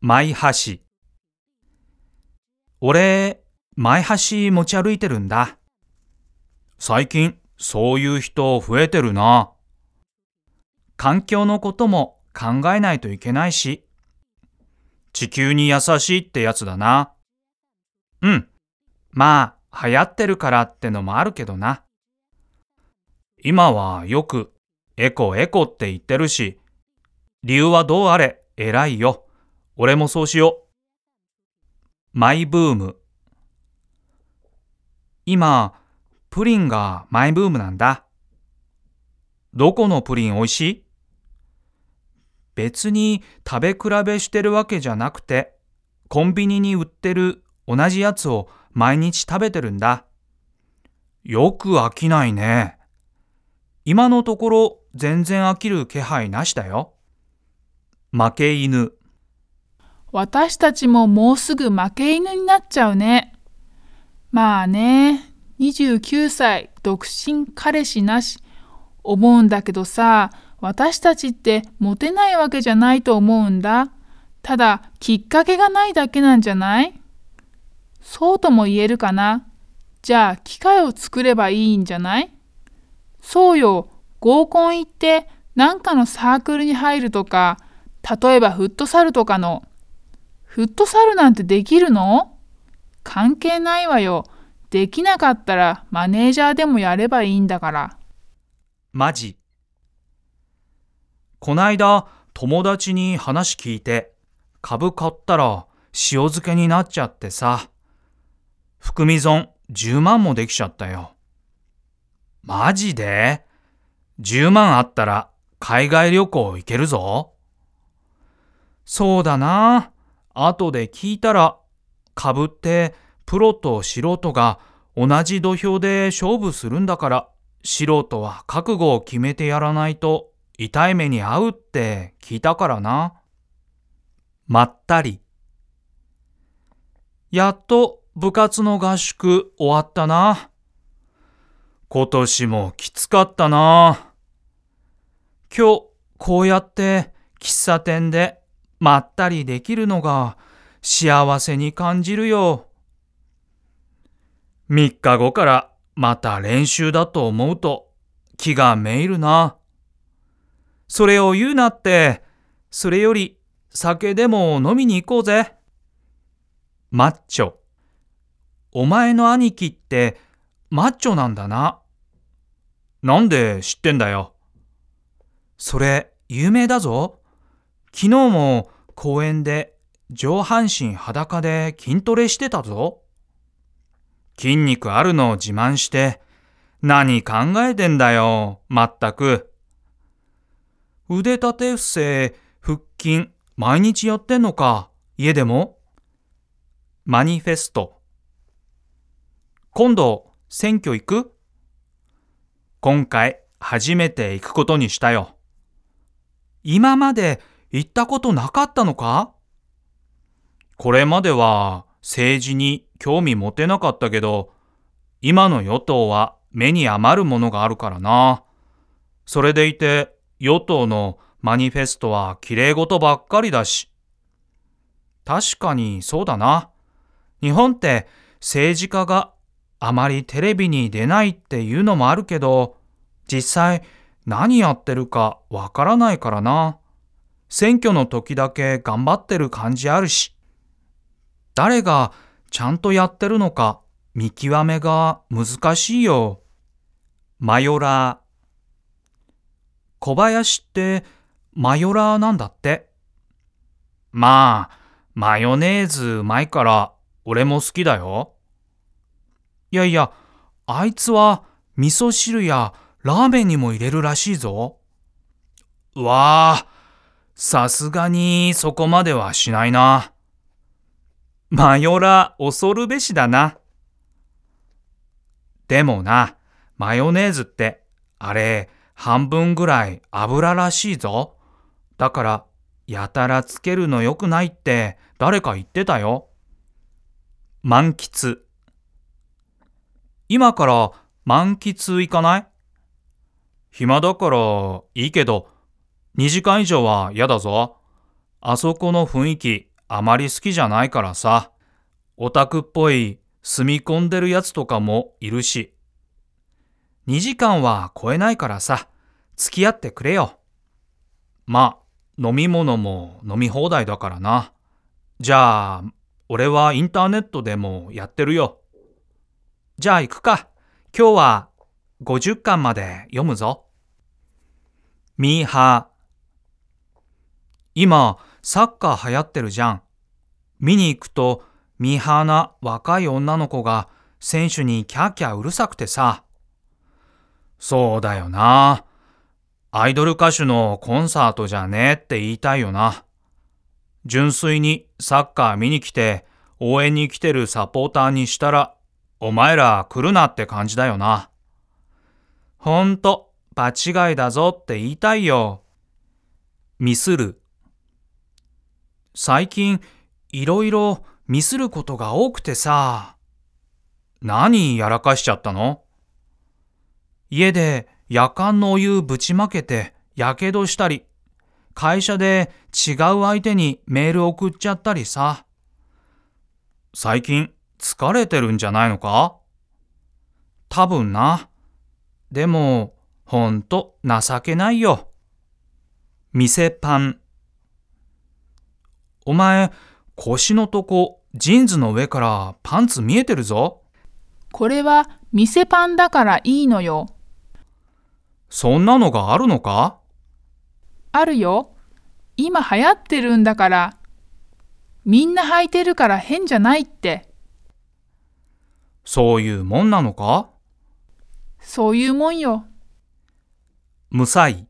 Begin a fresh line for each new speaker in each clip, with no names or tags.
マイ箸。俺、マイ箸持ち歩いてるんだ。最近、そういう人増えてるな。環境のことも考えないといけないし。地球に優しいってやつだな。うん。まあ、流行ってるからってのもあるけどな。今はよく、エコエコって言ってるし、理由はどうあれ、偉いよ。俺もそうしよう。マイブーム。今、プリンがマイブームなんだ。どこのプリン美味しい別に食べ比べしてるわけじゃなくて、コンビニに売ってる同じやつを毎日食べてるんだ。よく飽きないね。今のところ全然飽きる気配なしだよ。負け犬。
私たちももうすぐ負け犬になっちゃうね。まあね、29歳、独身、彼氏なし、思うんだけどさ、私たちってモテないわけじゃないと思うんだ。ただ、きっかけがないだけなんじゃないそうとも言えるかな。じゃあ、機会を作ればいいんじゃないそうよ、合コン行って、なんかのサークルに入るとか、例えばフットサルとかの。フットサルなんてできるの関係ないわよ。できなかったらマネージャーでもやればいいんだから。
マジ。こないだ友達に話聞いて、株買ったら塩漬けになっちゃってさ、含み損10万もできちゃったよ。マジで ?10 万あったら海外旅行行けるぞ。そうだな。後で聞いたら、株ってプロと素人が同じ土俵で勝負するんだから、素人は覚悟を決めてやらないと痛い目に遭うって聞いたからな。まったり。やっと部活の合宿終わったな。今年もきつかったな。今日こうやって喫茶店でまったりできるのが幸せに感じるよ。3日後からまた練習だと思うと気がめいるな。それを言うなって、それより酒でも飲みに行こうぜ。マッチョ。お前の兄貴ってマッチョなんだな。なんで知ってんだよ。それ有名だぞ。昨日も公園で上半身裸で筋トレしてたぞ。筋肉あるのを自慢して、何考えてんだよ、まったく。腕立て伏せ、腹筋、毎日やってんのか、家でもマニフェスト。今度、選挙行く今回、初めて行くことにしたよ。今まで行ったことなかったのかこれまでは政治に興味持てなかったけど、今の与党は目に余るものがあるからな。それでいて与党のマニフェストは綺麗事ばっかりだし。確かにそうだな。日本って政治家があまりテレビに出ないっていうのもあるけど、実際何やってるかわからないからな。選挙の時だけ頑張ってる感じあるし。誰がちゃんとやってるのか見極めが難しいよ。マヨラー。小林ってマヨラーなんだって。まあ、マヨネーズうまいから俺も好きだよ。いやいや、あいつは味噌汁やラーメンにも入れるらしいぞ。うわあ、さすがにそこまではしないな。マヨラ恐るべしだな。でもな、マヨネーズって、あれ、半分ぐらい油らしいぞ。だから、やたらつけるの良くないって誰か言ってたよ。満喫。今から満喫行かない暇だからいいけど、2時間以上は嫌だぞ。あそこの雰囲気あまり好きじゃないからさ。オタクっぽい住み込んでるやつとかもいるし。2時間は超えないからさ、付き合ってくれよ。まあ、飲み物も飲み放題だからな。じゃあ、俺はインターネットでもやってるよ。じゃあ行くか。今日は50巻まで読むぞ。ミーハー。今、サッカー流行ってるじゃん。見に行くと、ミーハーな若い女の子が選手にキャーキャーうるさくてさ。そうだよな。アイドル歌手のコンサートじゃねえって言いたいよな。純粋にサッカー見に来て応援に来てるサポーターにしたら、お前ら来るなって感じだよな。ほんと、場違いだぞって言いたいよ。ミスる。最近、いろいろミスることが多くてさ。何やらかしちゃったの家で夜間のお湯ぶちまけてやけどしたり、会社で違う相手にメール送っちゃったりさ。最近疲れてるんじゃないのか多分な。でも、ほんと情けないよ。店パン。お前、腰のとこ、ジーンズの上からパンツ見えてるぞ。
これは店パンだからいいのよ。
そんなのがあるのか
あるよ。今流行ってるんだから。みんな履いてるから変じゃないって。
そういうもんなのか
そういうもんよ。
無才。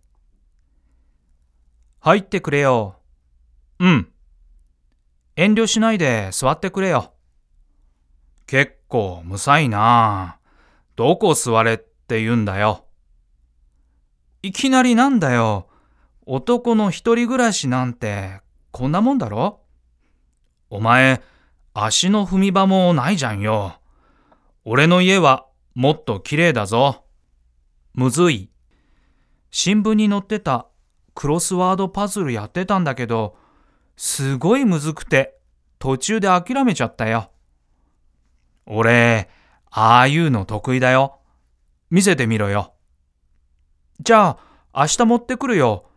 入ってくれよ。うん。遠慮しないで座ってくれよ。結構無才なあどこ座れって言うんだよ。いきなりなんだよ。男の一人暮らしなんてこんなもんだろお前、足の踏み場もないじゃんよ。俺の家はもっと綺麗だぞ。むずい。新聞に載ってたクロスワードパズルやってたんだけど、すごいむずくて途中で諦めちゃったよ。俺、ああいうの得意だよ。見せてみろよ。じゃあ、明日持ってくるよ。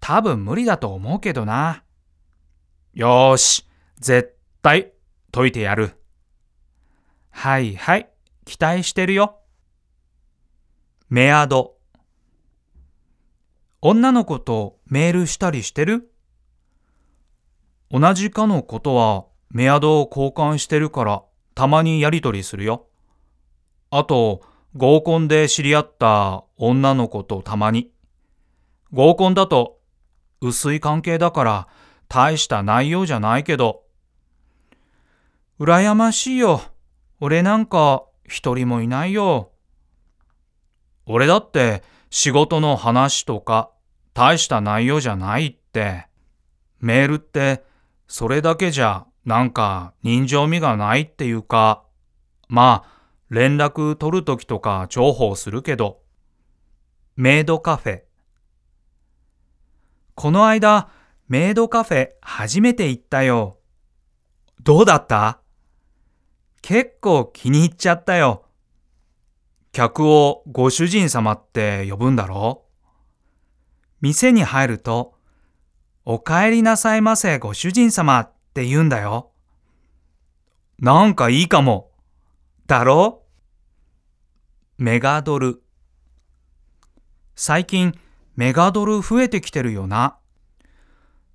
多分無理だと思うけどな。よーし、絶対解いてやる。はいはい、期待してるよ。メアド。女の子とメールしたりしてる同じかのことはメアドを交換してるからたまにやりとりするよ。あと合コンで知り合った女の子とたまに。合コンだと薄い関係だから大した内容じゃないけど。羨ましいよ。俺なんか一人もいないよ。俺だって仕事の話とか大した内容じゃないって。メールってそれだけじゃなんか人情味がないっていうか、まあ連絡取るときとか重宝するけど。メイドカフェ。この間、メイドカフェ初めて行ったよ。どうだった結構気に入っちゃったよ。客をご主人様って呼ぶんだろ店に入ると、お帰りなさいませご主人様って言うんだよ。なんかいいかも。だろメガドル。最近メガドル増えてきてるよな。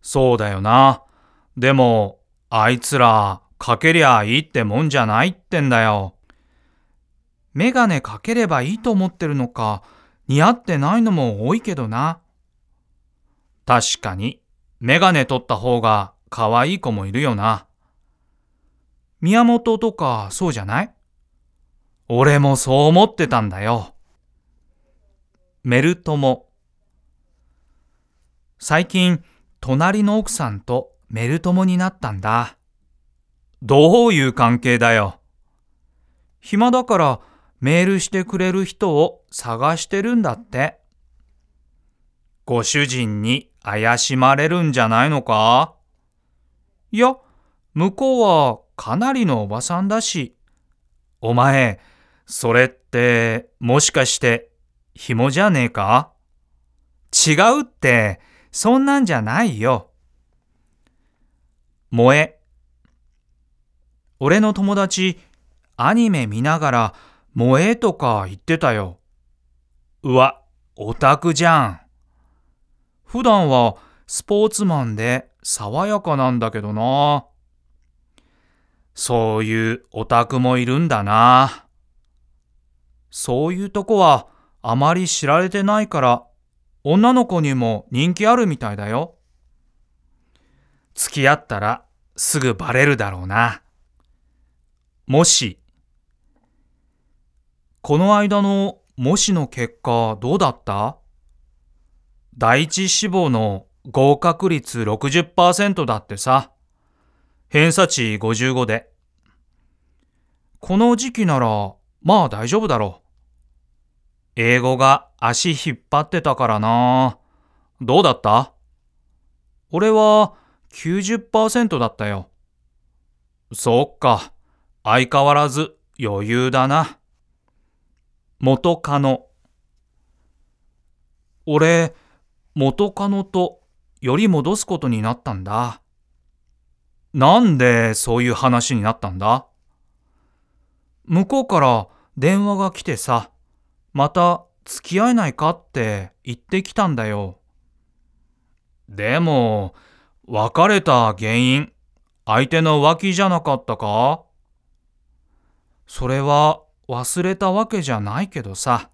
そうだよな。でも、あいつらかけりゃいいってもんじゃないってんだよ。メガネかければいいと思ってるのか、似合ってないのも多いけどな。確かに、メガネ取った方が可愛い子もいるよな。宮本とかそうじゃない俺もそう思ってたんだよ。メルトモ。最近、隣の奥さんとメルトモになったんだ。どういう関係だよ。暇だからメールしてくれる人を探してるんだって。ご主人に怪しまれるんじゃないのかいや、向こうはかなりのおばさんだし。お前、それって、もしかして、紐じゃねえか違うって、そんなんじゃないよ。萌え。俺の友達、アニメ見ながら、萌えとか言ってたよ。うわ、オタクじゃん。普段はスポーツマンで爽やかなんだけどな。そういうオタクもいるんだな。そういうとこはあまり知られてないから、女の子にも人気あるみたいだよ。付き合ったらすぐバレるだろうな。もし、この間のもしの結果どうだった第一志望の合格率60%だってさ。偏差値55で。この時期なら、まあ大丈夫だろう。英語が足引っ張ってたからな。どうだった俺は90%だったよ。そっか。相変わらず余裕だな。元カノ。俺、元カノとより戻すことになったんだ。なんでそういう話になったんだ向こうから電話が来てさ、また付き合えないかって言ってきたんだよ。でも、別れた原因、相手の浮気じゃなかったかそれは忘れたわけじゃないけどさ、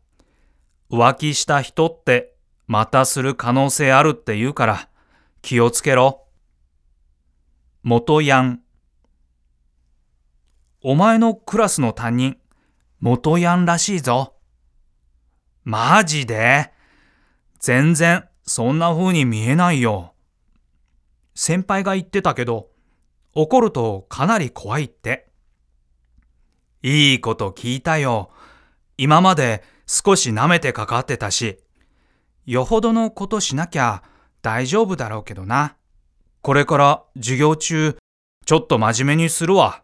浮気した人ってまたする可能性あるって言うから気をつけろ。元ヤン。お前のクラスの担任、元ヤンらしいぞ。マジで全然そんな風に見えないよ。先輩が言ってたけど、怒るとかなり怖いって。いいこと聞いたよ。今まで少し舐めてかかってたし、よほどのことしなきゃ大丈夫だろうけどな。これから授業中、ちょっと真面目にするわ。